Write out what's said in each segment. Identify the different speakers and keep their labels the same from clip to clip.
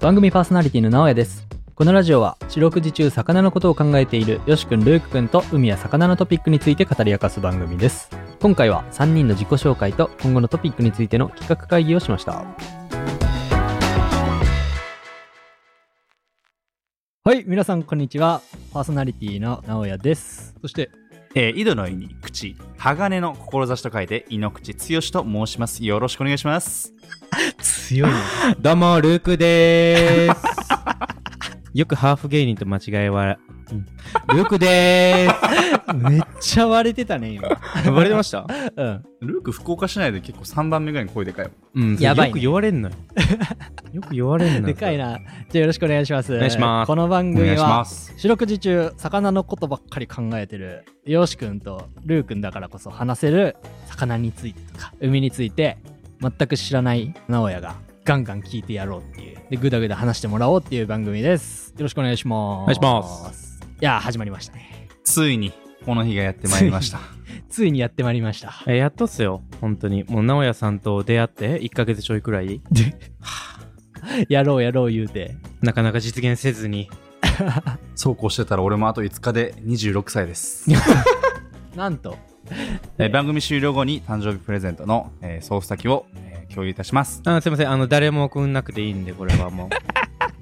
Speaker 1: 番組パーソナリティの直哉ですこのラジオは四六時中魚のことを考えているよしくんルークくんと海や魚のトピックについて語り明かす番組です今回は3人の自己紹介と今後のトピックについての企画会議をしましたはい皆さんこんにちはパーソナリティの直哉ですそして
Speaker 2: えー井戸の井に口、鋼の志と書いて、井の口剛と申します。よろしくお願いします。
Speaker 1: 強い
Speaker 3: どうも、ルークでーす。よくハーフ芸人と間違えは、うんルークでー
Speaker 1: めっちゃ割れてたね今
Speaker 3: す。バレてまし た
Speaker 1: うん
Speaker 2: ルーク、福岡市内で結構3番目ぐらいに声でかいもん。
Speaker 3: うん
Speaker 1: やばいね
Speaker 3: よく言われんのよ。よく言われんの
Speaker 1: で
Speaker 3: よ。
Speaker 1: かいな。じゃあよろしくお願いします。お
Speaker 3: 願いします
Speaker 1: この番
Speaker 2: お願
Speaker 1: 組
Speaker 2: いしま
Speaker 1: は
Speaker 2: す。
Speaker 1: 四六時中魚のことばっかり考えてるよし君とルー君だからこそ話せる魚についてとか海について全く知らない直哉がガンガン聞いてやろうっていうでグダグダ話してもらおうっていう番組です。よろしくお願いします。。
Speaker 3: お願いします
Speaker 1: いやー始まりましたね。
Speaker 2: ついに、この日がやってまいりました。
Speaker 1: ついにやってまいりました。
Speaker 3: えやっとっすよ、本当に。もう、直哉さんと出会って、1ヶ月ちょいくらい、
Speaker 1: やろうやろう言うて。
Speaker 3: なかなか実現せずに。
Speaker 2: そうこうしてたら、俺もあと5日で26歳です。
Speaker 1: なんと
Speaker 2: えー番組終了後に誕生日プレゼントの、えー送付先を、えー共有いたします。
Speaker 3: あ、すいません、あの、誰も送んなくていいんで、これはも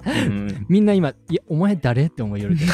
Speaker 3: う。うん、
Speaker 1: みんな今、いや、お前誰って思いよるけ ど。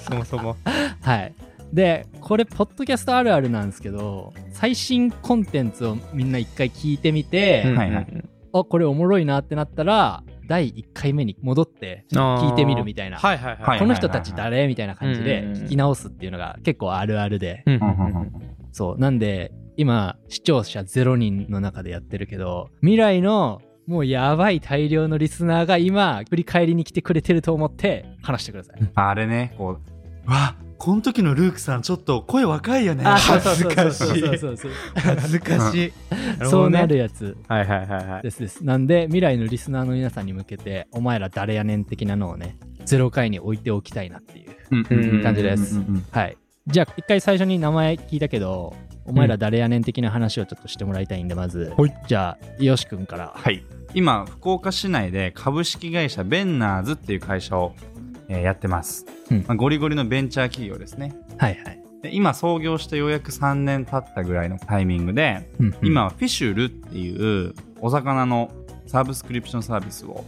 Speaker 3: そもそも。
Speaker 1: はい。で、これ、ポッドキャストあるあるなんですけど、最新コンテンツをみんな一回聞いてみて、
Speaker 2: はいはい
Speaker 3: うん
Speaker 1: あ、これおもろいなってなったら、第1回目に戻って聞いてみるみたいな。
Speaker 3: はいはいはい。
Speaker 1: この人たち誰みたいな感じで
Speaker 3: うんうんうん
Speaker 1: 聞き直すっていうのが結構あるあるで。
Speaker 3: うんうん
Speaker 2: うん
Speaker 3: うんうん
Speaker 1: そう。なんで、今、視聴者0人の中でやってるけど、未来のもうやばい大量のリスナーが今、振り返りに来てくれてると思って話してください。
Speaker 2: あれね、こう、うわ、この時のルークさん、ちょっと声若いよね
Speaker 1: あ
Speaker 3: 恥ずかしい
Speaker 1: そうそうそうそう
Speaker 3: 恥ずかし い。
Speaker 1: そうそうなる
Speaker 3: よ。
Speaker 1: やつ
Speaker 3: はいはいはいはい。
Speaker 1: ですです。なんで、未来のリスナーの皆さんに向けて、お前ら誰やねん的なのをね、ゼロ回に置いておきたいなっていう。
Speaker 3: うん
Speaker 1: 感じです
Speaker 2: うんうんうん
Speaker 1: はい。じゃあ、一回最初に名前聞いたけど、お前ら誰やねん的な話をちょっとしてもらいたいんで、まず、
Speaker 3: はい
Speaker 1: じゃあ、よし君から。
Speaker 2: はい、今福岡市内で株式会社ベンナーズっていう会社を、えーやってます、
Speaker 1: うん
Speaker 2: まあ、ゴリゴリのベンチャー企業ですね
Speaker 1: はいはい。
Speaker 2: で今創業してようやく3年経ったぐらいのタイミングで、
Speaker 1: うん
Speaker 2: 今はフィシュルっていうお魚のサブスクリプションサービスを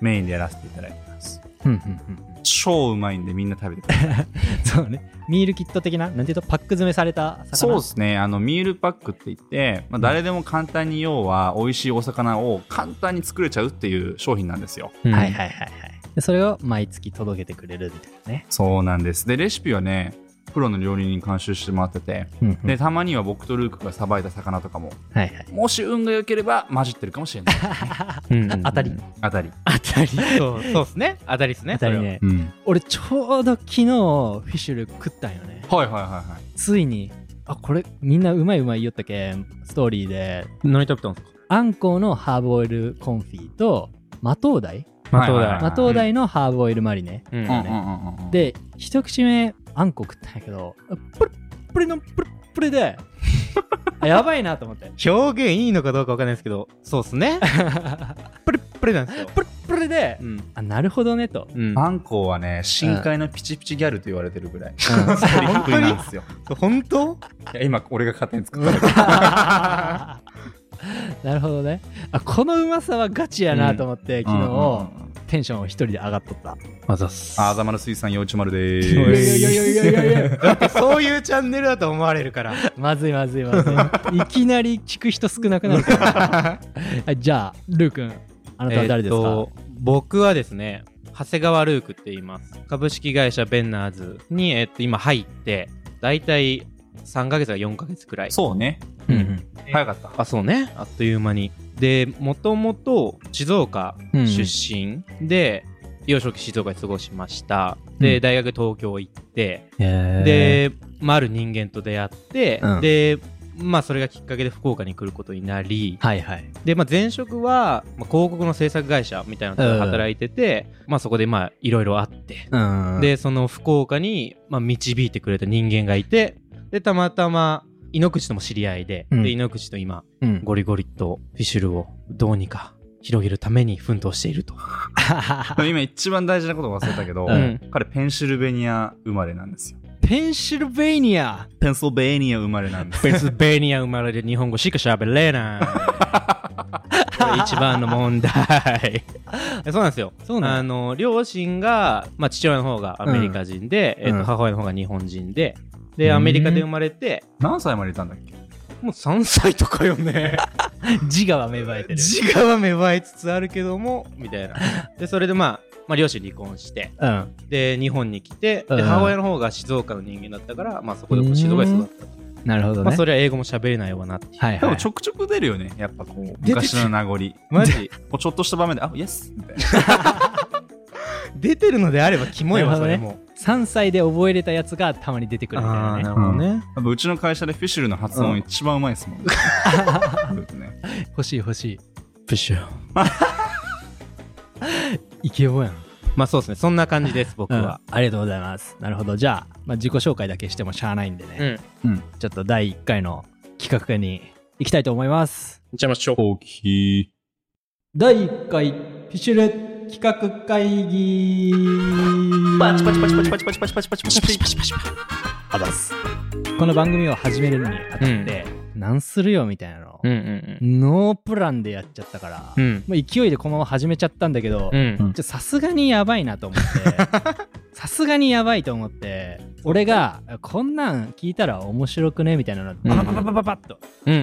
Speaker 2: メインでやらせていただいてます
Speaker 1: うんうんうん
Speaker 2: 超うまいんでみんな食べてください
Speaker 1: そうね。ミールキット的な、なんていうと、パック詰めされた魚。
Speaker 2: そうですねあのミールパックって言って、まあ、誰でも簡単に要は美味しいお魚を簡単に作れちゃうっていう商品なんですよ
Speaker 3: うん
Speaker 1: はいはいはいはい。でそれを毎月届けてくれるみたいなね。
Speaker 2: そうなんです。で、レシピはね、プロの料理人に監修してもらってて、で、たまには僕とルークがさばいた魚とかも、
Speaker 1: はいはい。
Speaker 2: もし運が良ければ混じってるかもしれない。
Speaker 3: うんうんうん
Speaker 1: 当たり。
Speaker 2: あたり。
Speaker 1: 当たり。
Speaker 3: そうそうですね。当たりですね。
Speaker 1: 当たりね。
Speaker 2: うん。
Speaker 1: 俺ちょうど昨日フィシュル食ったんよね
Speaker 2: はいはいはいはい。
Speaker 1: ついにあこれみんなうまいうまい言おったけんストーリーで
Speaker 3: それは。何食べたんですか
Speaker 1: あんこうのハーブオイルコンフィとマトウダイ
Speaker 3: まそう
Speaker 2: はいはい
Speaker 3: だ。
Speaker 1: マトウダイのハーブオイルマリネ、
Speaker 3: うん
Speaker 2: うんうんうんうん。、
Speaker 1: で一口目あんこ食ったんやけどプルップルのプルップルであやばいなと思って
Speaker 3: 表現いいのかどうかわかんないですけど、そうですね。プリップリなんですよ。
Speaker 1: プルップルで
Speaker 3: うん。
Speaker 1: あなるほどねと
Speaker 3: うん。
Speaker 2: あんこうはね、深海のピチピチギャルと言われてるぐら
Speaker 1: う
Speaker 2: い。
Speaker 1: ん
Speaker 2: プリップリなんですよ。
Speaker 3: 本当
Speaker 2: いや今、俺が勝手に作った。
Speaker 1: なるほどねあこのうまさはガチやなと思って、昨日、テンション一人で上がっとった
Speaker 3: あざっす
Speaker 2: あざまる水産幼稚丸で
Speaker 3: いや
Speaker 2: ー
Speaker 3: い
Speaker 2: す。
Speaker 3: やいやいやいや
Speaker 1: いや
Speaker 3: だってそういうチャンネルだと思われるから。
Speaker 1: まずいまずいまず いいきなり聞く人少なくなるからはいじゃあルー君あなたは誰ですか、
Speaker 3: えーと僕はですね長谷川ルークって言います株式会社ベンナーズに、えー、と今入って大体3ヶ月か4ヶ月くらい
Speaker 2: そうね。
Speaker 1: うん
Speaker 2: 早かった。
Speaker 3: あそうねあっという間にでもともと静岡
Speaker 1: うん
Speaker 3: 出身で、幼少期静岡で過ごしましたで、
Speaker 1: うん
Speaker 3: 大学東京行って
Speaker 1: うん
Speaker 3: で、まあ、ある人間と出会って、
Speaker 1: うん
Speaker 3: でまあそれがきっかけで福岡に来ることになり、
Speaker 1: はいはい
Speaker 3: で、まあ、前職は、まあ、広告の制作会社みたいなところで働いてて、まあ、そこでまあいろいろあって、
Speaker 1: うん
Speaker 3: でその福岡に、まあ、導いてくれた人間がいてでたまたま井ノ口とも知り合いで,、
Speaker 1: うん
Speaker 3: で井ノ口と今
Speaker 1: うん
Speaker 3: ゴリゴリとフィッシュルをどうにか広げるために奮闘していると。
Speaker 2: 今一番大事なこと忘れたけど、
Speaker 3: うん
Speaker 2: 彼ペンシルベニア生まれなんですよ
Speaker 1: ペンシルベニア
Speaker 2: ペンシルベニア生まれなんです
Speaker 3: ペンスベニア生まれで日本語しか喋れ ない。これ一番の問題。 そうなんですよ。
Speaker 1: そうな
Speaker 3: あの、両親が、まあ、父親の方がアメリカ人で、
Speaker 1: うん
Speaker 3: えっ
Speaker 1: うん
Speaker 3: と、母親の方が日本人で、
Speaker 1: う
Speaker 3: で、
Speaker 1: ん
Speaker 3: アメリカで生まれて、
Speaker 2: 何歳までいたんだっけ
Speaker 3: もう3歳とかよ ね。
Speaker 1: 自我は芽生えてる。
Speaker 3: 自我は芽生えつつあるけども、みたいな。で、それでまあ、まあ、両親離婚して、
Speaker 1: うん。
Speaker 3: で、日本に来て、
Speaker 1: うん
Speaker 3: で、母親の方が静岡の人間だったから、まあ、そこでも静岡で育った。
Speaker 1: なるほど
Speaker 3: まあ、
Speaker 1: ね。
Speaker 3: それは英語も喋れないわなって。
Speaker 1: はい
Speaker 2: で
Speaker 1: は
Speaker 2: も
Speaker 1: い
Speaker 2: ち。ょくちょく出るよねやっぱこう
Speaker 3: てる
Speaker 2: 昔の名残も
Speaker 3: マジ
Speaker 2: うちょっとした場面で「あイエス」みたいな
Speaker 3: 出てるのであればキモいわ、
Speaker 1: なるほど
Speaker 3: そ
Speaker 1: ね
Speaker 3: れも。
Speaker 1: 3歳で覚えれたやつがたまに出てくるみたいなね。
Speaker 2: ほどね
Speaker 3: ね。
Speaker 2: やっぱうちの会社でフィシュルの発音一番うまいですもん、ねずっとね
Speaker 1: 欲しい欲しい。
Speaker 3: プッシュ。
Speaker 1: イケボやん。
Speaker 3: まあそうですね、そんな感じです、僕
Speaker 1: うん
Speaker 3: は
Speaker 1: あ。りがとうございます。なるほど。じゃあ、まあ、自己紹介だけしてもしゃあないんでね。
Speaker 3: うん。いっ
Speaker 1: ちょっと第1回の企画に行きたいと思います。
Speaker 3: ちゃいましょう。
Speaker 2: 大きい
Speaker 1: 第1回フィシュレ企画会議
Speaker 2: パチパチパチパチパチパチパチパチパチパチパチパチ
Speaker 1: あざっすこの番組を始めるにあたって、何するよみたいなの、
Speaker 3: うんうん
Speaker 1: ノープランでやっちゃったから、
Speaker 3: うん。う
Speaker 1: も
Speaker 3: ん。
Speaker 1: う勢いでこのまま始めちゃったんだけど、
Speaker 3: う
Speaker 1: ちょ
Speaker 3: ん。
Speaker 1: っとさすがにやばいなと思って さすがにやばいと思って俺がこんなん聞いたら面白くねみたいなのバババババババッと
Speaker 3: うんうんう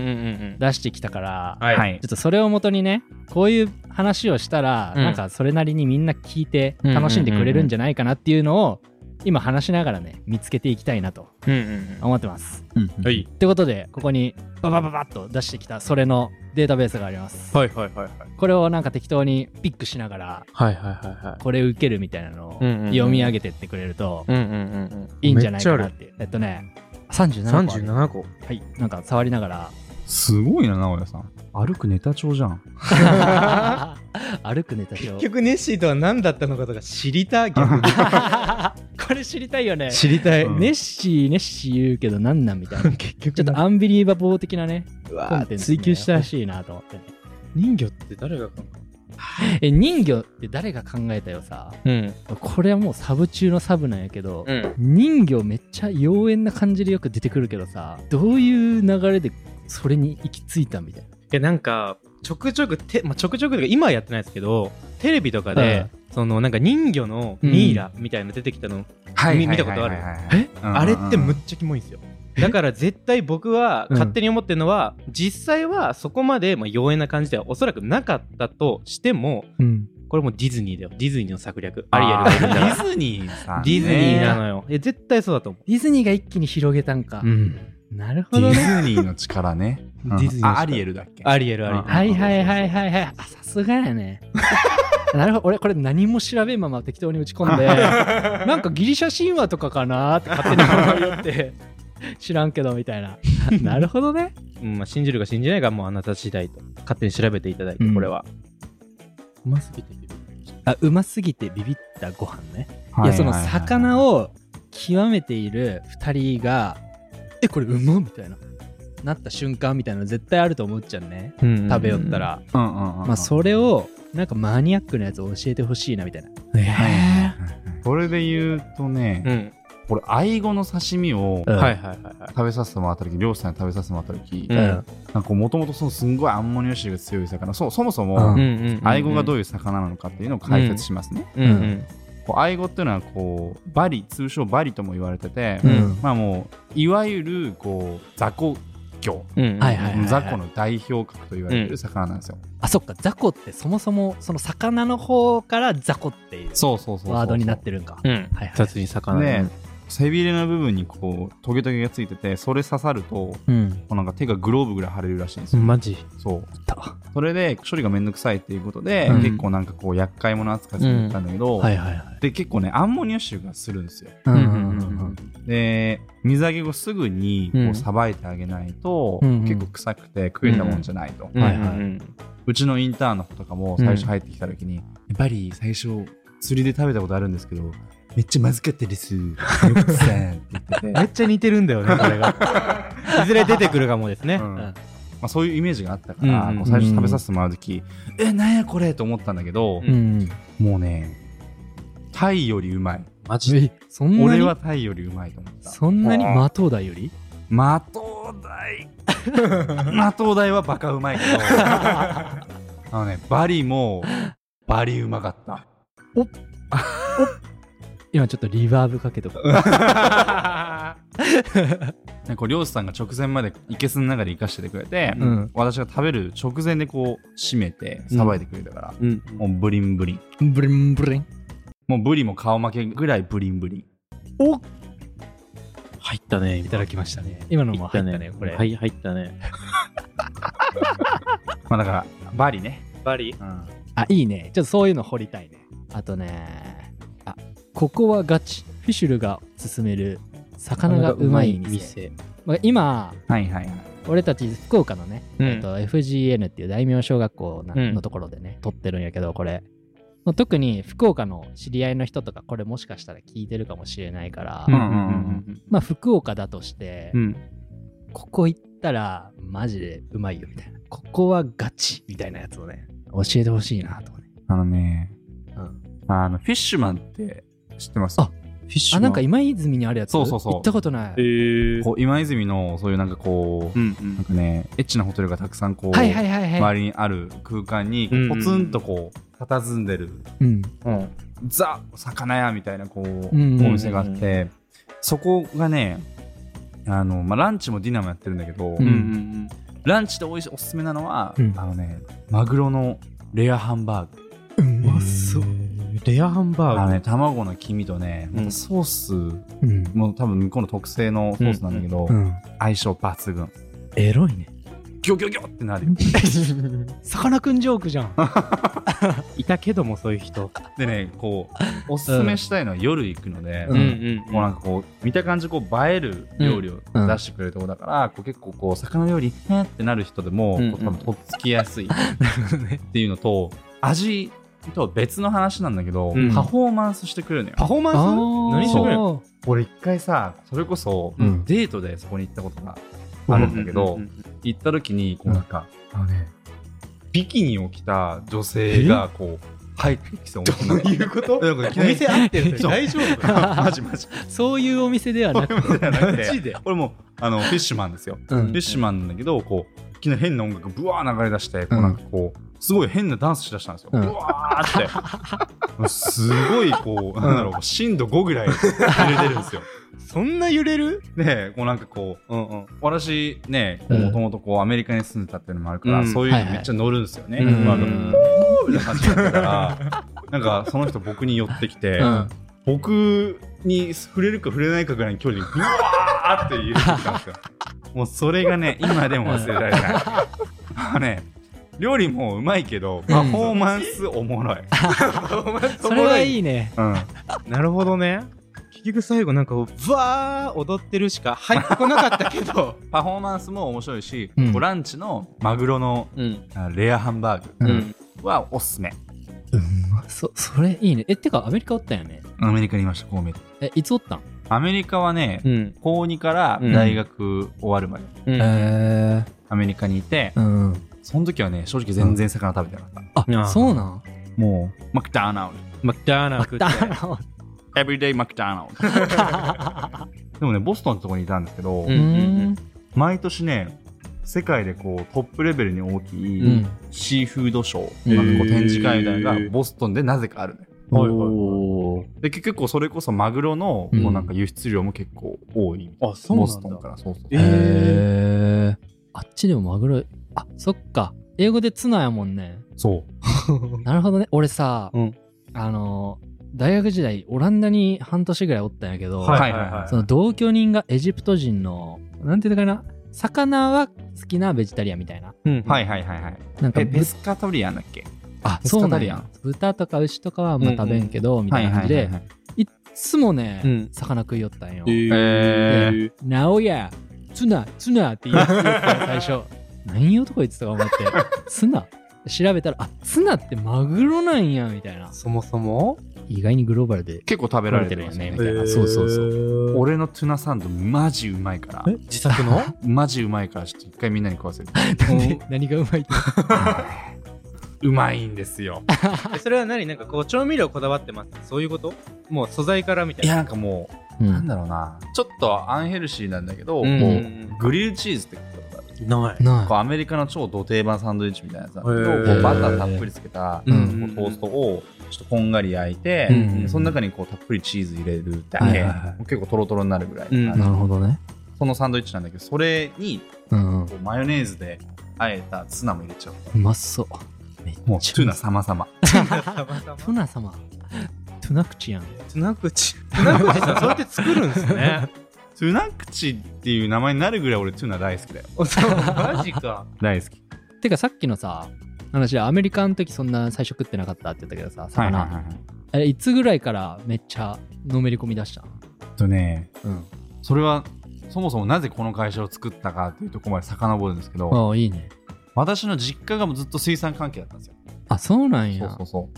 Speaker 3: ん
Speaker 1: 出してきたから、
Speaker 3: はい。
Speaker 2: はい
Speaker 1: ちょっとそれをもとにねこういう話をしたら、
Speaker 3: うん
Speaker 1: なんかそれなりにみんな聞いて楽しんでくれるんじゃないかなっていうのを今話しながらね見つけていきたいなと
Speaker 3: うんうん
Speaker 1: 思ってます。
Speaker 3: うん。はい。
Speaker 1: ってことでここにババババッと出してきたそれのデータベースがあります。
Speaker 3: はいはいはいはい。
Speaker 1: これをなんか適当にピックしながら
Speaker 3: はいはいはいはい。
Speaker 1: これ受けるみたいなのを
Speaker 3: うんうんうん
Speaker 1: 読み上げてってくれると
Speaker 3: うんうんうんうん。
Speaker 1: いいんじゃないか
Speaker 3: め
Speaker 1: な
Speaker 3: っ
Speaker 1: っ
Speaker 3: ち
Speaker 1: て。えっとね37
Speaker 3: ゃある。
Speaker 1: 個ある
Speaker 3: 37個。
Speaker 1: はいなんか触りながら
Speaker 2: すごいな直哉さん歩くネタ帳じゃん
Speaker 1: 歩くネタ帳
Speaker 3: 局ネッシーとは何だったのかとか知りたい
Speaker 1: これ知りたいよね
Speaker 3: 知りたい。
Speaker 2: うん
Speaker 1: ネッシーネッシー言うけどなんなんみたいな
Speaker 3: 結局
Speaker 1: ちょっとアンビリーバボー的なね
Speaker 3: う
Speaker 1: コン
Speaker 3: わ
Speaker 1: テンツ、ね、
Speaker 3: 追求した
Speaker 1: 欲
Speaker 3: い。
Speaker 1: しいなと思って
Speaker 3: 人魚って誰が考
Speaker 1: え人魚って誰が考えたよさ
Speaker 3: えうん。
Speaker 1: これはもうサブ中のサブなんやけど、
Speaker 3: うん。
Speaker 1: 人魚めっちゃ妖艶な感じでよく出てくるけどさどういう流れでそれに行き着いたみたいな
Speaker 3: え、なんか、ちょくちょくて、まあ、ちょくちょくというか今はやってないですけど、テレビとかで、そのなんか人魚のミイラみたいなの出てきたの
Speaker 2: はい
Speaker 3: 見見たことある
Speaker 2: え
Speaker 3: あれってむっちゃキモいんです よ。だから絶対僕は
Speaker 1: うん
Speaker 3: 勝手に思ってるのは、実際はそこまでまあ妖艶な感じではおそらくなかったとしても
Speaker 1: うん
Speaker 3: これもうディズニーだよディズニーの策略アリエルがいるんだか
Speaker 2: ディズニーさ
Speaker 3: ら
Speaker 2: ん
Speaker 3: ディズニーなのよえ絶対そうだと思
Speaker 1: ディズニーが一気に広げたんか、
Speaker 3: う、ん、
Speaker 1: なるほ
Speaker 2: デ
Speaker 1: ど
Speaker 2: ィ
Speaker 1: ね
Speaker 2: ズニーの力ね
Speaker 3: ディズニーの力
Speaker 2: あアリエルだっけ
Speaker 3: アリエルアリエル
Speaker 2: あ
Speaker 1: はいはいはいはいはいあさすがやね なるほど俺これ何も調べんまま適当に打ち込んでなんかギリシャ神話とかかなーって勝手に思いよって知らんけどみたいななるほどね
Speaker 3: うんまあ、信じるか信じないかもうあなた次第と勝手に調べていただいて
Speaker 1: うん
Speaker 3: これは、うますぎて
Speaker 1: あうますぎてビビったご飯ね
Speaker 2: はいい
Speaker 1: やその
Speaker 2: はいはい
Speaker 1: 魚を極めている2人がえこれうまっみたいななった瞬間みたいなの絶対あると思っちゃうね食べよった、ら、
Speaker 2: うんうんうん
Speaker 1: まあそれをなんかマニアックなやつを教えてほしいなみたいなえ
Speaker 2: これで言うとね、
Speaker 3: うん
Speaker 2: 俺アイゴの刺身を
Speaker 1: うん
Speaker 3: はいはいはいはい
Speaker 2: 食べさせてもらった時漁師さんに食べさせてもらった時、
Speaker 3: うん
Speaker 1: うん
Speaker 2: なんかもともとそのすんごいアンモニオ臭が強い魚そそもそも、
Speaker 1: うん
Speaker 3: うんうんうんうん
Speaker 2: アイゴがどういう魚なのかっていうのを解説しますね、
Speaker 3: うんうん
Speaker 2: こうアイゴっていうのはこうバリ通称バリとも言われてて、
Speaker 1: うん
Speaker 3: うん
Speaker 2: まあもういわゆるこう雑魚魚
Speaker 3: うんうん
Speaker 1: はいはい
Speaker 2: 雑魚の代表格と言われてる魚なんですよ、
Speaker 1: あそっか雑魚ってそもそもその魚の方から雑魚っていう
Speaker 2: そうそうそうそう
Speaker 1: ワードになってるんか
Speaker 3: うん
Speaker 1: はいはい
Speaker 3: 雑に魚
Speaker 2: で背びれの部分にこうトゲトゲがついててそれ刺さるとこ
Speaker 1: うん
Speaker 2: うなんか手がグローブぐらい腫れるらしいんです
Speaker 3: う
Speaker 2: よ、
Speaker 3: んマジ
Speaker 2: そう
Speaker 1: と
Speaker 2: それで処理がめんどくさいっていうことで、
Speaker 1: うん
Speaker 2: 結構なんかこう厄介者扱いされてたんだけど、
Speaker 1: はいはいはい
Speaker 2: で結構ねアンモニア臭がするんですよ
Speaker 1: うん
Speaker 3: うんうんうん
Speaker 2: で水揚げ後すぐに
Speaker 3: う
Speaker 2: こ
Speaker 3: ん
Speaker 2: うさばいてあげないと、
Speaker 1: うんうん
Speaker 2: 結構臭くて食えたもんじゃないと、う
Speaker 1: はいはい
Speaker 2: ちのインターンの子とかも最初入ってきた時に、やっぱり最初釣りで食べたことあるんですけどめっちゃまずかったですよくさんって言ってて
Speaker 3: めっちゃ似てるんだよね、これが。いずれ出てくるかもですね。
Speaker 2: うんまあ、そういうイメージがあったから、
Speaker 3: うんうん
Speaker 2: こう最初食べさせてもらう時「えなんやこれ!」と思ったんだけど、
Speaker 3: うん
Speaker 1: うん。
Speaker 2: もうねタイよりうまい
Speaker 3: マジで。
Speaker 1: そんな
Speaker 2: 俺
Speaker 1: に
Speaker 2: はタイよりうまいと思った
Speaker 1: そんなにマトウダイより
Speaker 2: マトウダ イマトウダイはバカうまいけどあのねバリもバリうまかった
Speaker 1: 今ちょっとリバーブかけとか。
Speaker 2: ねこう漁師さんが直前までいけすの中で生かしててくれて、
Speaker 1: うん
Speaker 2: 私が食べる直前でこう締めてさばいてくれたから、
Speaker 3: うん。
Speaker 2: もうブリンブリン
Speaker 1: ブリンブリン。
Speaker 2: もうブリも顔負けぐらいブリンブリン
Speaker 1: お
Speaker 3: 入ったね。い
Speaker 1: いただきましたね。今のも入ったね、これ。
Speaker 3: はい、入ったね。
Speaker 2: まあだからバリね、
Speaker 3: バリ
Speaker 2: うん、
Speaker 1: あ、いいね。ちょっとそういうの掘りたいね。あとね、あ、ここはガチ。フィシュルが勧める魚がうまい店。。まあ今、
Speaker 2: はいはいはい
Speaker 1: 俺たち福岡のね、
Speaker 3: う
Speaker 1: えっ
Speaker 3: ん。
Speaker 1: と FGN っていう大名小学校な
Speaker 3: うん
Speaker 1: のところでね、撮ってるんやけどこれまあ特に福岡の知り合いの人とかこれもしかしたら聞いてるかもしれないから、
Speaker 2: うん
Speaker 1: まあ福岡だとして、
Speaker 3: うん。
Speaker 1: ここ行ったらマジでうまいよみたいなここはガチみたいなやつをね教えてほしいなとかね、
Speaker 2: あのね
Speaker 1: うん、
Speaker 2: あのフィッシュマンって知ってます
Speaker 1: あ
Speaker 2: フィッシ
Speaker 1: あ
Speaker 2: ュマ
Speaker 1: な
Speaker 2: ン
Speaker 1: んか今泉にあるやつ
Speaker 2: そうそうそう
Speaker 1: 行ったことない、
Speaker 3: え
Speaker 2: こう今泉のそういうなんかこう、
Speaker 3: うんう
Speaker 2: なん
Speaker 3: ん。
Speaker 2: かねエッチなホテルがたくさんこう、
Speaker 1: はいはいはいはい、
Speaker 2: 周りにある空間に
Speaker 3: うん
Speaker 2: ポツンとこう佇んでる、
Speaker 1: うん、
Speaker 2: ザ魚屋みたいなこう、
Speaker 1: んうん
Speaker 2: お店があってそこがねあの、まあ、ランチもディナーもやってるんだけど、
Speaker 1: うん
Speaker 3: ん。
Speaker 2: ランチでおいしいおすすめなのは、
Speaker 1: うん
Speaker 2: あのねマグロのレアハンバーグ
Speaker 1: う
Speaker 3: う
Speaker 1: ま
Speaker 3: まそう。レアハンバ
Speaker 2: あの
Speaker 3: ー
Speaker 2: ね卵の黄身とね、
Speaker 3: うん
Speaker 2: ソース
Speaker 1: うん、
Speaker 2: もう多分向こうの特製のソースなんだけど、
Speaker 1: うん、
Speaker 2: 相性抜群
Speaker 1: エロいね
Speaker 2: ギョギョギョってなるよ
Speaker 1: さかなクンジョークじゃん
Speaker 3: グ。 いたけども、そういう人。
Speaker 2: でねこうおすすめしたいのは夜行くので、
Speaker 1: うん
Speaker 2: もうなんかこう見た感じこう映える料理を
Speaker 1: うん
Speaker 2: 出してくれるとこだから、こう結構こう魚料理へってなる人でも、
Speaker 3: うん
Speaker 2: こう多分とっつきやすいっ
Speaker 1: なるほどね
Speaker 2: ていうのと味とは別の話なんだけど、
Speaker 3: うん
Speaker 2: パフォーマンスしてくれるのよ。
Speaker 3: パフォーマン
Speaker 1: 何
Speaker 3: 何
Speaker 1: して
Speaker 2: して
Speaker 1: くれ
Speaker 2: くれ
Speaker 1: る
Speaker 2: る
Speaker 1: の
Speaker 2: 俺一回さそれこそ、
Speaker 1: うん
Speaker 2: デートでそこに行ったことがあるんだけど、行った時にこうなんか、あのねビキニを着た女性がこう入ってきてどういうことなんかいきなり
Speaker 3: 合って
Speaker 2: そう
Speaker 3: 大丈夫
Speaker 2: マジ マジ
Speaker 1: そういうお店ではなく、
Speaker 2: じゃなくて
Speaker 3: マジで
Speaker 2: 俺もあのフィッシュマンですよ
Speaker 1: う
Speaker 2: フィッシュマンなんだけど、こう、いきなり変な音楽、ぶわー流れ出して、こ
Speaker 1: う
Speaker 2: うんなんかこう、すごい変なダンスしだしたんですよ。
Speaker 1: う
Speaker 2: ぶ
Speaker 1: ん
Speaker 2: わー って。すごい、こう、なんだろう、震度5ぐらい揺れてるんですよ。
Speaker 3: そんな揺れる
Speaker 2: で、こうなんかこう、
Speaker 3: うんうん。
Speaker 2: 私ね、
Speaker 1: うん
Speaker 2: もともとこう、アメリカに住んでたっていうのもあるから、
Speaker 3: うん
Speaker 2: そういう
Speaker 1: はい
Speaker 2: の
Speaker 1: はい
Speaker 2: めっちゃ乗るんですよね。
Speaker 3: う
Speaker 2: うんん、みたいな感じだったから、なんかその人僕に寄ってきて、
Speaker 1: うん
Speaker 2: 僕に触れるか触れないかぐらいの距離にブワーって揺れてきたんですよもうそれ がね今でも忘れられないあのね料理もうまいけどパフォーマンスおもろい、
Speaker 1: それはいいね。
Speaker 2: うん、
Speaker 3: なるほどね。結局最後なんかこう、わー踊ってるしか入ってこなかったけど。
Speaker 2: パフォーマンスも面白いし、
Speaker 1: うん
Speaker 2: ボランチのマグロの
Speaker 3: うん。
Speaker 2: あレアハンバー
Speaker 1: う
Speaker 2: グ
Speaker 3: うん。
Speaker 2: はおすすめ、
Speaker 1: そ、それいいね。え、てか、アメリカおったよね。
Speaker 2: アメリカにいましたこう見えて
Speaker 1: え、いつおったん
Speaker 2: アメリカはね、
Speaker 3: うん。
Speaker 2: 高2から大学終わるまで、
Speaker 3: うん
Speaker 1: え
Speaker 2: アメリカにいて
Speaker 1: ー、うん。
Speaker 2: その時はね正直全然魚食べてなかった、
Speaker 1: あ、
Speaker 3: あ
Speaker 1: そうなん
Speaker 2: もうマクダーナル
Speaker 3: マクダーナ
Speaker 1: あ
Speaker 3: ー
Speaker 1: っ
Speaker 3: 食ったて。
Speaker 1: な。
Speaker 2: ド Everyday マクダーナルドでもねボストンのとこにいたんですけど、
Speaker 1: う
Speaker 3: うんん。
Speaker 2: 毎年ね世界でこうトップレベルに大き
Speaker 1: う
Speaker 2: い
Speaker 1: ん。
Speaker 2: シーフードショ
Speaker 1: う
Speaker 2: ー、
Speaker 1: ん
Speaker 2: なんかこう展示会みたいなの
Speaker 3: へ
Speaker 2: が
Speaker 3: ー
Speaker 2: ボストンでなぜかあるのよ
Speaker 3: はいはい
Speaker 1: おー
Speaker 2: で結構それこそマグロの
Speaker 1: うん
Speaker 2: もうなんか輸出量も結構多いみたい
Speaker 3: あ、そうな
Speaker 2: ボストン
Speaker 3: ん
Speaker 2: か
Speaker 3: だ。
Speaker 2: らそうそう
Speaker 3: え
Speaker 1: へーあっちでもマグロ、あ、そっか。英語でツナやもんね。
Speaker 2: そう
Speaker 1: なるほどね。俺さ
Speaker 3: うん、
Speaker 1: あの、大学時代、オランダに半年ぐらいおったんやけど、
Speaker 2: はいはいはい
Speaker 1: その同居人がエジプト人の、なんていうのかな、魚は好きなベジタリアンみたいな。
Speaker 3: うん。
Speaker 2: はいいはいはいはい
Speaker 1: なんか
Speaker 2: え
Speaker 1: ぶ
Speaker 2: ペスカトリアンだっけ
Speaker 1: あ、
Speaker 2: ペス
Speaker 1: そう
Speaker 2: カ
Speaker 1: な
Speaker 2: タ
Speaker 1: ん
Speaker 2: リアン
Speaker 1: や。豚とか牛とかはまあ
Speaker 3: うんうん
Speaker 1: 食べんけど、みたいな感じ
Speaker 2: はい
Speaker 1: で
Speaker 2: はい、はい
Speaker 1: いっつもね、
Speaker 3: うん
Speaker 1: 魚食いよったんよ。
Speaker 2: え
Speaker 3: え
Speaker 2: ー
Speaker 3: ー。
Speaker 1: なおや、 ツナ、ツナって言って言ってたよ最初。何よとか言ってたか思って。ツナ調べたらあツナってマグロなんやみたいな
Speaker 3: そもそも
Speaker 1: 意外にグローバルで
Speaker 2: 結構食べられてるよ
Speaker 1: 食べ
Speaker 2: ね
Speaker 1: てるよねそうそうそう
Speaker 2: 俺のトゥナサンドマジうまいから
Speaker 1: え
Speaker 3: 自作 の
Speaker 2: マジうまいからちょっと一回みんなに食わせる
Speaker 1: なんで 何がうまいって
Speaker 2: うまいんですよ
Speaker 3: えそれは何なんかこう調味料こだわってますそういうこともう素材からみた
Speaker 2: い
Speaker 3: いな
Speaker 2: やなんかも
Speaker 1: う
Speaker 2: う、
Speaker 1: ん
Speaker 2: なんだろうなちょっとアンヘルシーなんだけど、
Speaker 3: うん
Speaker 2: こ
Speaker 1: も
Speaker 2: うグリルチーズってことだ
Speaker 3: な
Speaker 2: こう
Speaker 1: な
Speaker 2: アメリカの超ド定番サンドイッチみたいなやつなんだけ
Speaker 3: へ
Speaker 2: ど
Speaker 3: ー
Speaker 2: こうバターたっぷりつけた、
Speaker 3: い、
Speaker 1: うん
Speaker 2: こうトー ストをちょっとこんがり焼いて、
Speaker 1: うん
Speaker 2: その中にこうたっぷりチーズ入れるだけ、
Speaker 1: はいはいはい
Speaker 2: もう結構トロトロになるぐらい、
Speaker 3: うん
Speaker 1: いなるほどね
Speaker 2: そのサンドイッチなんだけどそれに
Speaker 1: うんう
Speaker 2: こうマヨネーズであえたツナも入れちゃう
Speaker 1: まそうめっちゃ
Speaker 2: もうツナ様々
Speaker 1: トゥナ様トゥナクチやん
Speaker 3: つなぐちつなぐちさんそうやって作るんですね
Speaker 2: ツナ口っていう名前になるぐらい俺ツナ大好きだよ
Speaker 3: おそうマジか
Speaker 2: 大好き
Speaker 1: てかさっきのさ話でアメリカの時そんな最初食ってなかったって言ったけどさ魚、
Speaker 2: はいはいはい
Speaker 1: あれいつぐらいからめっちゃのめり込み出した
Speaker 2: えっとね
Speaker 1: うん
Speaker 2: それはそもそもなぜこの会社を作ったかっていうところまで遡るんですけど、
Speaker 1: ああいいね
Speaker 2: 私の実家がもうずっと水産関係だったんですよ
Speaker 1: あそうなんや
Speaker 2: そうそうそ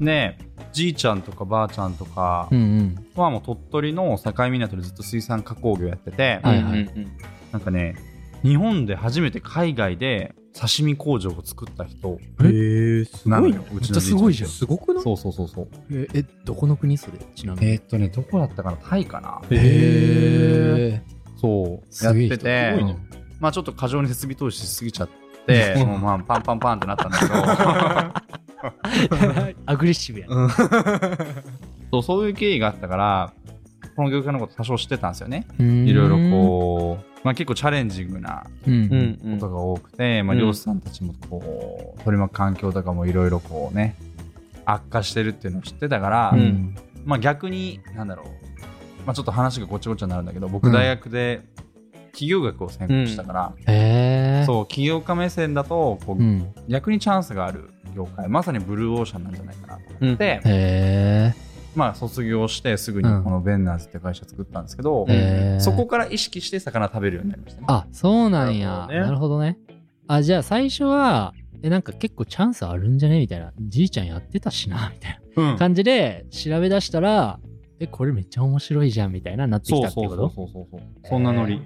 Speaker 2: うでじいちゃんとかばあちゃんとか
Speaker 1: うんうん
Speaker 2: はもう鳥取の境港でずっと水産加工業やってて、
Speaker 1: はいはい
Speaker 3: うんうん
Speaker 2: なんかね日本で初めて海外で刺身工場を作った人
Speaker 1: え
Speaker 3: へえす
Speaker 2: なの
Speaker 3: ごい
Speaker 2: よう
Speaker 1: めっ
Speaker 2: ち
Speaker 1: ちゃ
Speaker 2: の
Speaker 1: すごいじ
Speaker 2: じ
Speaker 1: ゃん
Speaker 3: すごく
Speaker 2: ゃ
Speaker 3: なんい
Speaker 2: そうそうそうそう
Speaker 1: ええどこの国それちなみに
Speaker 2: えーっとねどこだったかなタイかな
Speaker 1: へえ
Speaker 2: そうや
Speaker 1: す
Speaker 2: っ
Speaker 1: げえ
Speaker 2: て
Speaker 1: 人
Speaker 2: てまあちょっと過剰に設備投資しすぎちゃってもうまあパンパンパンってなったんだけど
Speaker 1: アグレッシブやね
Speaker 2: そうそういう経緯があったからこの業界のこと多少知ってたんですよね
Speaker 1: い
Speaker 2: いろいろこう、まあ、結構チャレンジングな
Speaker 1: ううん
Speaker 3: う
Speaker 1: うんん
Speaker 3: う
Speaker 2: こ
Speaker 3: ん
Speaker 2: とが多くて、まあ、
Speaker 3: うん
Speaker 2: 漁師さんたちもこう取り巻く環境とかもいろいろこうね悪化してるっていうのを知ってたから、
Speaker 1: う
Speaker 3: うんん
Speaker 2: まあ、逆になんだろう、まあ、ちょっと話がごちゃごちゃになるんだけど
Speaker 1: う
Speaker 2: 僕
Speaker 1: ん
Speaker 2: 大学で企業学を専攻したから、
Speaker 1: へえ
Speaker 2: そう起業家目線だと
Speaker 1: う
Speaker 2: こう、
Speaker 1: ん
Speaker 2: 逆にチャンスがある業界まさにブルーオーシャンなんじゃないかなと思って、
Speaker 1: へ
Speaker 2: まあ、卒業してすぐにこのベンナーズって会社作ったんですけど、
Speaker 1: えへえ
Speaker 2: そこから意識して魚食べるようになりましたね。
Speaker 1: あそうなんや
Speaker 3: な
Speaker 1: な
Speaker 3: る
Speaker 1: るほどねあじゃあ最初はえなんか結構チャンスあるんじゃねみたいなじいちゃんやってたしなみたい
Speaker 2: うん
Speaker 1: な感じで調べ出したらえこれめっちゃ面白いじゃんみたいななってき
Speaker 2: そ
Speaker 1: た
Speaker 2: う
Speaker 1: って
Speaker 2: そ
Speaker 1: いううこ
Speaker 2: そう
Speaker 1: と
Speaker 2: そうそうそうそんなノリ、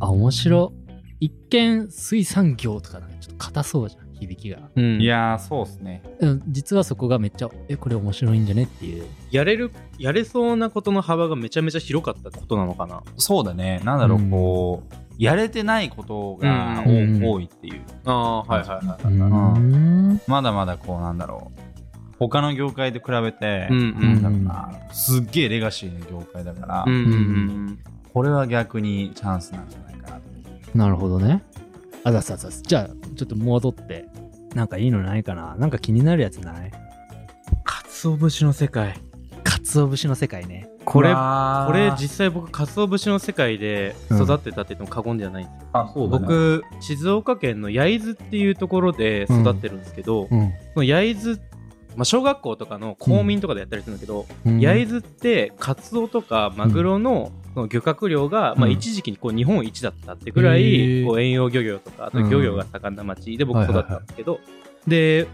Speaker 1: あ面白い一見水産業とかなんかちょっと硬そうじゃん響きが
Speaker 3: うん
Speaker 2: いやーそうっすね
Speaker 1: うん実はそこがめっちゃえこれ面白いんじゃねっていう
Speaker 3: やれるやれそうなことの幅がめちゃめちゃ広かったことなのかな
Speaker 2: そうだねなんだろう、
Speaker 1: うん
Speaker 2: こうやれてないことが多,、
Speaker 1: うんうんうん
Speaker 2: 多いっていう
Speaker 3: ああはいはいは
Speaker 1: う
Speaker 2: うん
Speaker 1: ん
Speaker 2: まだまだこうなんだろう他の業界と比べて、
Speaker 3: うんうん
Speaker 2: なんだろうなすっげえレガシーな業界だから、
Speaker 3: うんうん
Speaker 2: これは逆にチャンスなんじゃないかなと
Speaker 1: なるほどねあざすあざすじゃあちょっと戻ってなんかいいのないかななんか気になるやつない
Speaker 3: かつお節の世界
Speaker 1: 鰹節の世界ね
Speaker 3: これ
Speaker 2: こ
Speaker 3: これ実際僕かつお節の世界で育ってたって言っても過言ではないんですよ、
Speaker 2: あそうだ、ね、
Speaker 3: 僕静岡県の焼津っていうところで育ってるんですけど、
Speaker 1: うん
Speaker 3: その焼津、まあ、小学校とかの公民とかでやったりするんだけど、焼津ってカツオとかマグロのその漁獲量が、まあ、
Speaker 1: うん
Speaker 3: 一時期にこう日本一だったってぐら
Speaker 1: へ
Speaker 3: い
Speaker 1: ー
Speaker 3: こう遠洋漁業とかあと漁業が盛んな町で僕育ったんですけど、で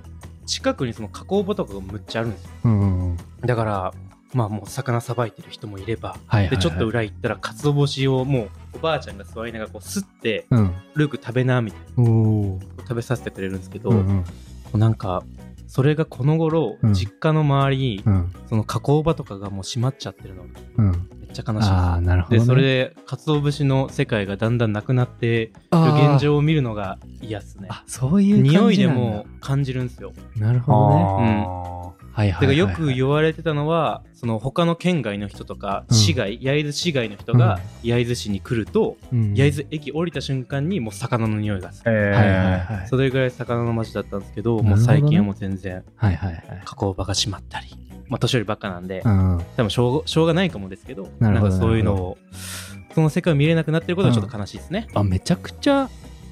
Speaker 3: 近くにその加工場とかがむっちゃあるんですよ
Speaker 1: うんうんうん
Speaker 3: だからまあもう魚さばいてる人もいれば
Speaker 1: はいはいはい
Speaker 3: でちょっと裏行ったらかつお節をもうおばあちゃんが座りながらこうすって
Speaker 1: うん
Speaker 3: ルーク食べなみたい
Speaker 1: おお
Speaker 3: な食べさせてくれるんですけど、
Speaker 1: うんうん
Speaker 3: なんかそれがこの頃、
Speaker 1: うん
Speaker 3: 実家の周りに
Speaker 1: うん
Speaker 3: その加工場とかがもう閉まっちゃってるのめ
Speaker 1: うん
Speaker 3: っちゃ悲しい
Speaker 1: ああなるほど
Speaker 3: で
Speaker 1: ね
Speaker 3: それで鰹節の世界がだんだんなくなっている
Speaker 1: あー
Speaker 3: 現状を見るのが嫌っすね
Speaker 1: あそういう感じなんだ
Speaker 3: 匂いでも感じるんですよ
Speaker 1: なるほどね
Speaker 2: あ
Speaker 1: はいはいは
Speaker 3: てか
Speaker 1: い
Speaker 3: よ
Speaker 1: はい
Speaker 3: く言われてたのはその他の県外の人とか
Speaker 1: うん
Speaker 3: 市外、焼津市外の人が焼津市に来ると、
Speaker 1: うん
Speaker 3: 焼津駅降りた瞬間にもう魚の匂いがす
Speaker 2: ー
Speaker 3: る、
Speaker 2: えー
Speaker 1: はいはいはい
Speaker 3: それぐらい魚の街だったんですけど
Speaker 1: なる
Speaker 3: もう
Speaker 1: ほどね
Speaker 3: 最近はもう全然
Speaker 1: はいはいはい
Speaker 3: 加工場が閉まったり、まあ、年寄りばっかなんで、
Speaker 1: うんうん
Speaker 3: 多分しょうしょうがないかもですけど
Speaker 1: な
Speaker 3: な
Speaker 1: るほど
Speaker 3: んかそういうのをその世界を見れなくなってることはちょっと悲しいですね、
Speaker 1: あめちゃくちゃ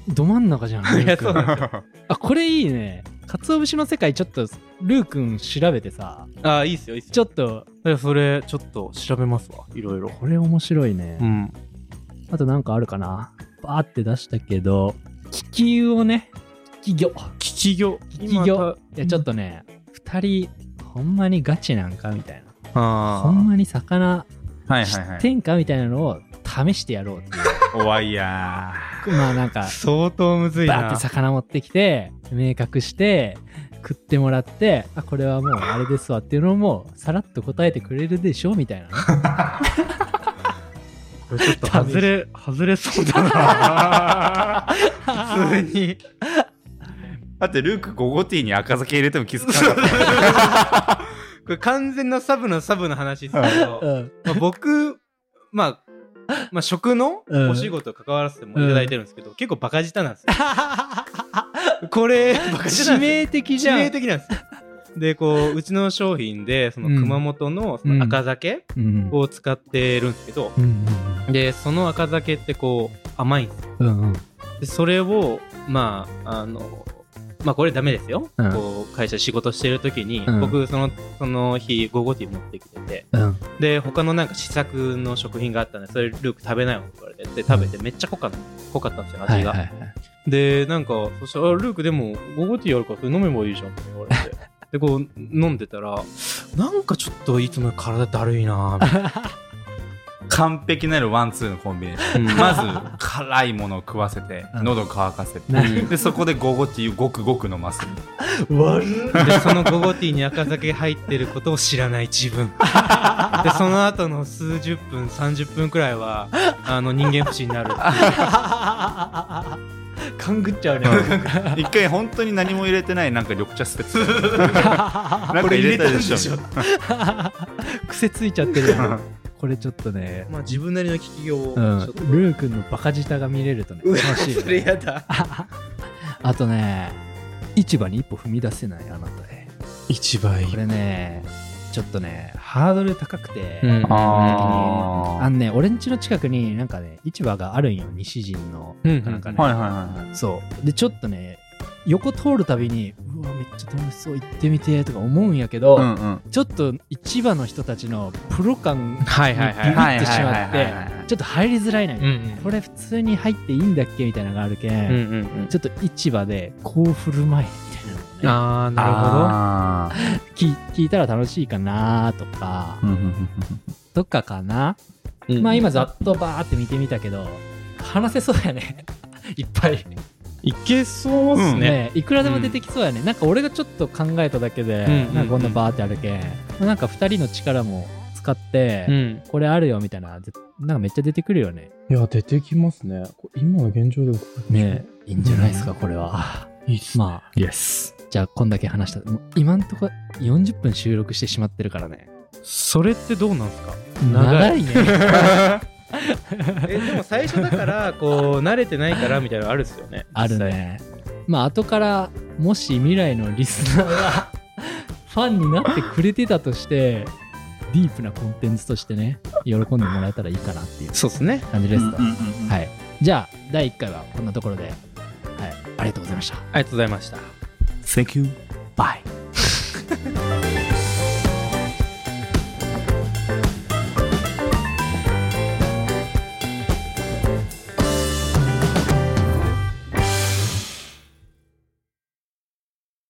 Speaker 1: ど真ん中じゃんルー君
Speaker 3: いやそうなんですよ
Speaker 1: あこれいいね鰹節の世界ちょっとルー君調べてさ
Speaker 3: ああいいっすよいいっすよ
Speaker 1: ちょっと
Speaker 3: いやそれちょっと調べますわいろいろ
Speaker 1: これ面白いね、
Speaker 3: うん
Speaker 1: あとなんかあるかなバーって出したけど気球をね気魚
Speaker 3: 気企業
Speaker 1: 企業いやちょっとね2人ほんまにガチなんかみたいなほ
Speaker 3: ほ
Speaker 1: んまに魚
Speaker 2: はい
Speaker 1: 知
Speaker 2: はいは
Speaker 1: っ
Speaker 2: い
Speaker 1: てんかみたいなのを試してやろうっていう
Speaker 2: 怖いや
Speaker 1: まあなんか
Speaker 2: ー相当むずい
Speaker 1: バーっ
Speaker 2: な
Speaker 1: て魚持ってきて明確して食ってもらってあこれはもうあれですわっていうのをもうさらっと答えてくれるでしょみた いなね
Speaker 2: これちょっと
Speaker 3: 外れ外れそうだな普通 に
Speaker 2: だってルークゴゴティーに赤酒入れても気づかなかった
Speaker 3: これ完全なサブのサブの話ですけ ど
Speaker 1: う、ん
Speaker 3: まあ、僕、まあ、まあ食の
Speaker 1: うん
Speaker 3: お仕事関わらせてもいただいてるんですけど、結構バカ舌なんですよこ れバカ舌
Speaker 1: 致
Speaker 3: なんですよ
Speaker 1: 命的じ
Speaker 3: 致
Speaker 1: ゃ
Speaker 3: 命
Speaker 1: ん、
Speaker 3: 的なんですよでこううちの商品でその
Speaker 1: うん
Speaker 3: 熊本のその赤酒
Speaker 1: うん
Speaker 3: を使ってるんですけど、
Speaker 1: うん
Speaker 3: でその赤酒ってこう甘いんですよ
Speaker 1: うんうん
Speaker 3: でそれをまああのまあこれダメですよ、
Speaker 1: うん
Speaker 3: こう会社仕事してる時に、
Speaker 1: うん
Speaker 3: 僕そのその日午後ティー持ってきてて
Speaker 1: うん
Speaker 3: で他のなんか試作の食品があったんでそれルーク食べないよって言われてで食べてめっちゃ濃かった濃かったんですよ味が、
Speaker 1: はいはいはい
Speaker 3: でなんかそしたらあ「ルークでも午後ティーあるからそれ飲めばいいじゃん」って言われ てでこう飲んでたらなんかちょっといつもより体だるいなぁみたい
Speaker 2: 完璧なるワンツーのコンビネーション
Speaker 3: う ん
Speaker 2: まず辛いものを食わせて
Speaker 1: うん
Speaker 2: 喉乾かせて
Speaker 1: な
Speaker 2: でそこでゴゴティーをごくごく飲ます
Speaker 1: 悪っ
Speaker 3: なでその午後ティーに赤酒入ってることを知らない自 分でその後の数十分30分くらいはあの人間不信になるっていう
Speaker 1: 勘ぐっちゃうね
Speaker 2: 一回本当に何も入れてないなんか緑茶捨て てなんか入れたでしょ
Speaker 3: これ入れたんでしょ
Speaker 1: 癖ついちゃってるやんこれちょっとね、
Speaker 3: まあ自分なりの聞きようをち
Speaker 1: う
Speaker 3: ょ
Speaker 1: ん、
Speaker 3: っと、
Speaker 1: ルー君のバカ舌が見れるとね
Speaker 3: うわ
Speaker 1: 楽しいよ
Speaker 3: それ
Speaker 1: ね
Speaker 3: やだ
Speaker 1: あとね市場に一歩踏み出せないあなたへ
Speaker 3: 一番い
Speaker 1: これねちょっとねハードル高くて、
Speaker 3: うん
Speaker 2: あー
Speaker 1: あのね俺ん家の近くになんかね市場があるんよ西陣の
Speaker 3: うん
Speaker 1: なんかね、
Speaker 2: はいはいはいはい
Speaker 1: そうでちょっとね横通るたびにうわめっちゃ楽しそう行ってみてーとか思うんやけど、
Speaker 2: うんうん
Speaker 1: ちょっと市場の人たちのプロ感
Speaker 3: はいはいはい
Speaker 1: ビビ
Speaker 3: はい
Speaker 1: ってしまっ
Speaker 2: はいはい
Speaker 1: て
Speaker 2: はいはいはい
Speaker 1: ちょっと入りづらいな、
Speaker 3: うんうん
Speaker 1: これ普通に入っていいんだっけみたいなのがあるけん、
Speaker 3: うんうんうん
Speaker 1: ちょっと市場でこう振る舞えみたいなのをね
Speaker 3: ああなるほど
Speaker 2: あー
Speaker 1: 聞聞いたら楽しいかなとか
Speaker 2: うんうんうんうん
Speaker 1: とかかな、
Speaker 3: うん
Speaker 1: まあ今ざっとバーって見てみたけど話せそうやね いっぱい
Speaker 3: いけそうっす
Speaker 1: ね
Speaker 3: ね。
Speaker 1: いくらでも出てきそうやね、なんか俺がちょっと考えただけで、
Speaker 3: うんうんうん
Speaker 1: なんかこんなバーってあるけんなんか2人の力も使って、
Speaker 3: ん。
Speaker 1: これあるよみたいなぜなんかめっちゃ出てくるよね
Speaker 3: いや、出てきますね。今の現状で。
Speaker 1: ねいいんじゃないですかこれは
Speaker 3: いいっすね。
Speaker 1: まあじゃあこんだけ話したもう今んとこ40分収録してしまってるからね
Speaker 3: それってどうなんすか
Speaker 1: 長いね
Speaker 3: え、でも最初だから、こう、慣れてないからみたいなのあるっすよね。
Speaker 1: あるねまあ後からもし未来のリスナーが ファンになってくれてたとしてディープなコンテンツとしてね喜んでもらえたらいいかなっていう
Speaker 3: そうっすね。
Speaker 1: 感じですと、
Speaker 2: うんうんうん
Speaker 1: はいじゃあ第1回はこんなところで、はい、ありがとうございました
Speaker 3: ありがとうございました。
Speaker 2: Thank you
Speaker 1: バイ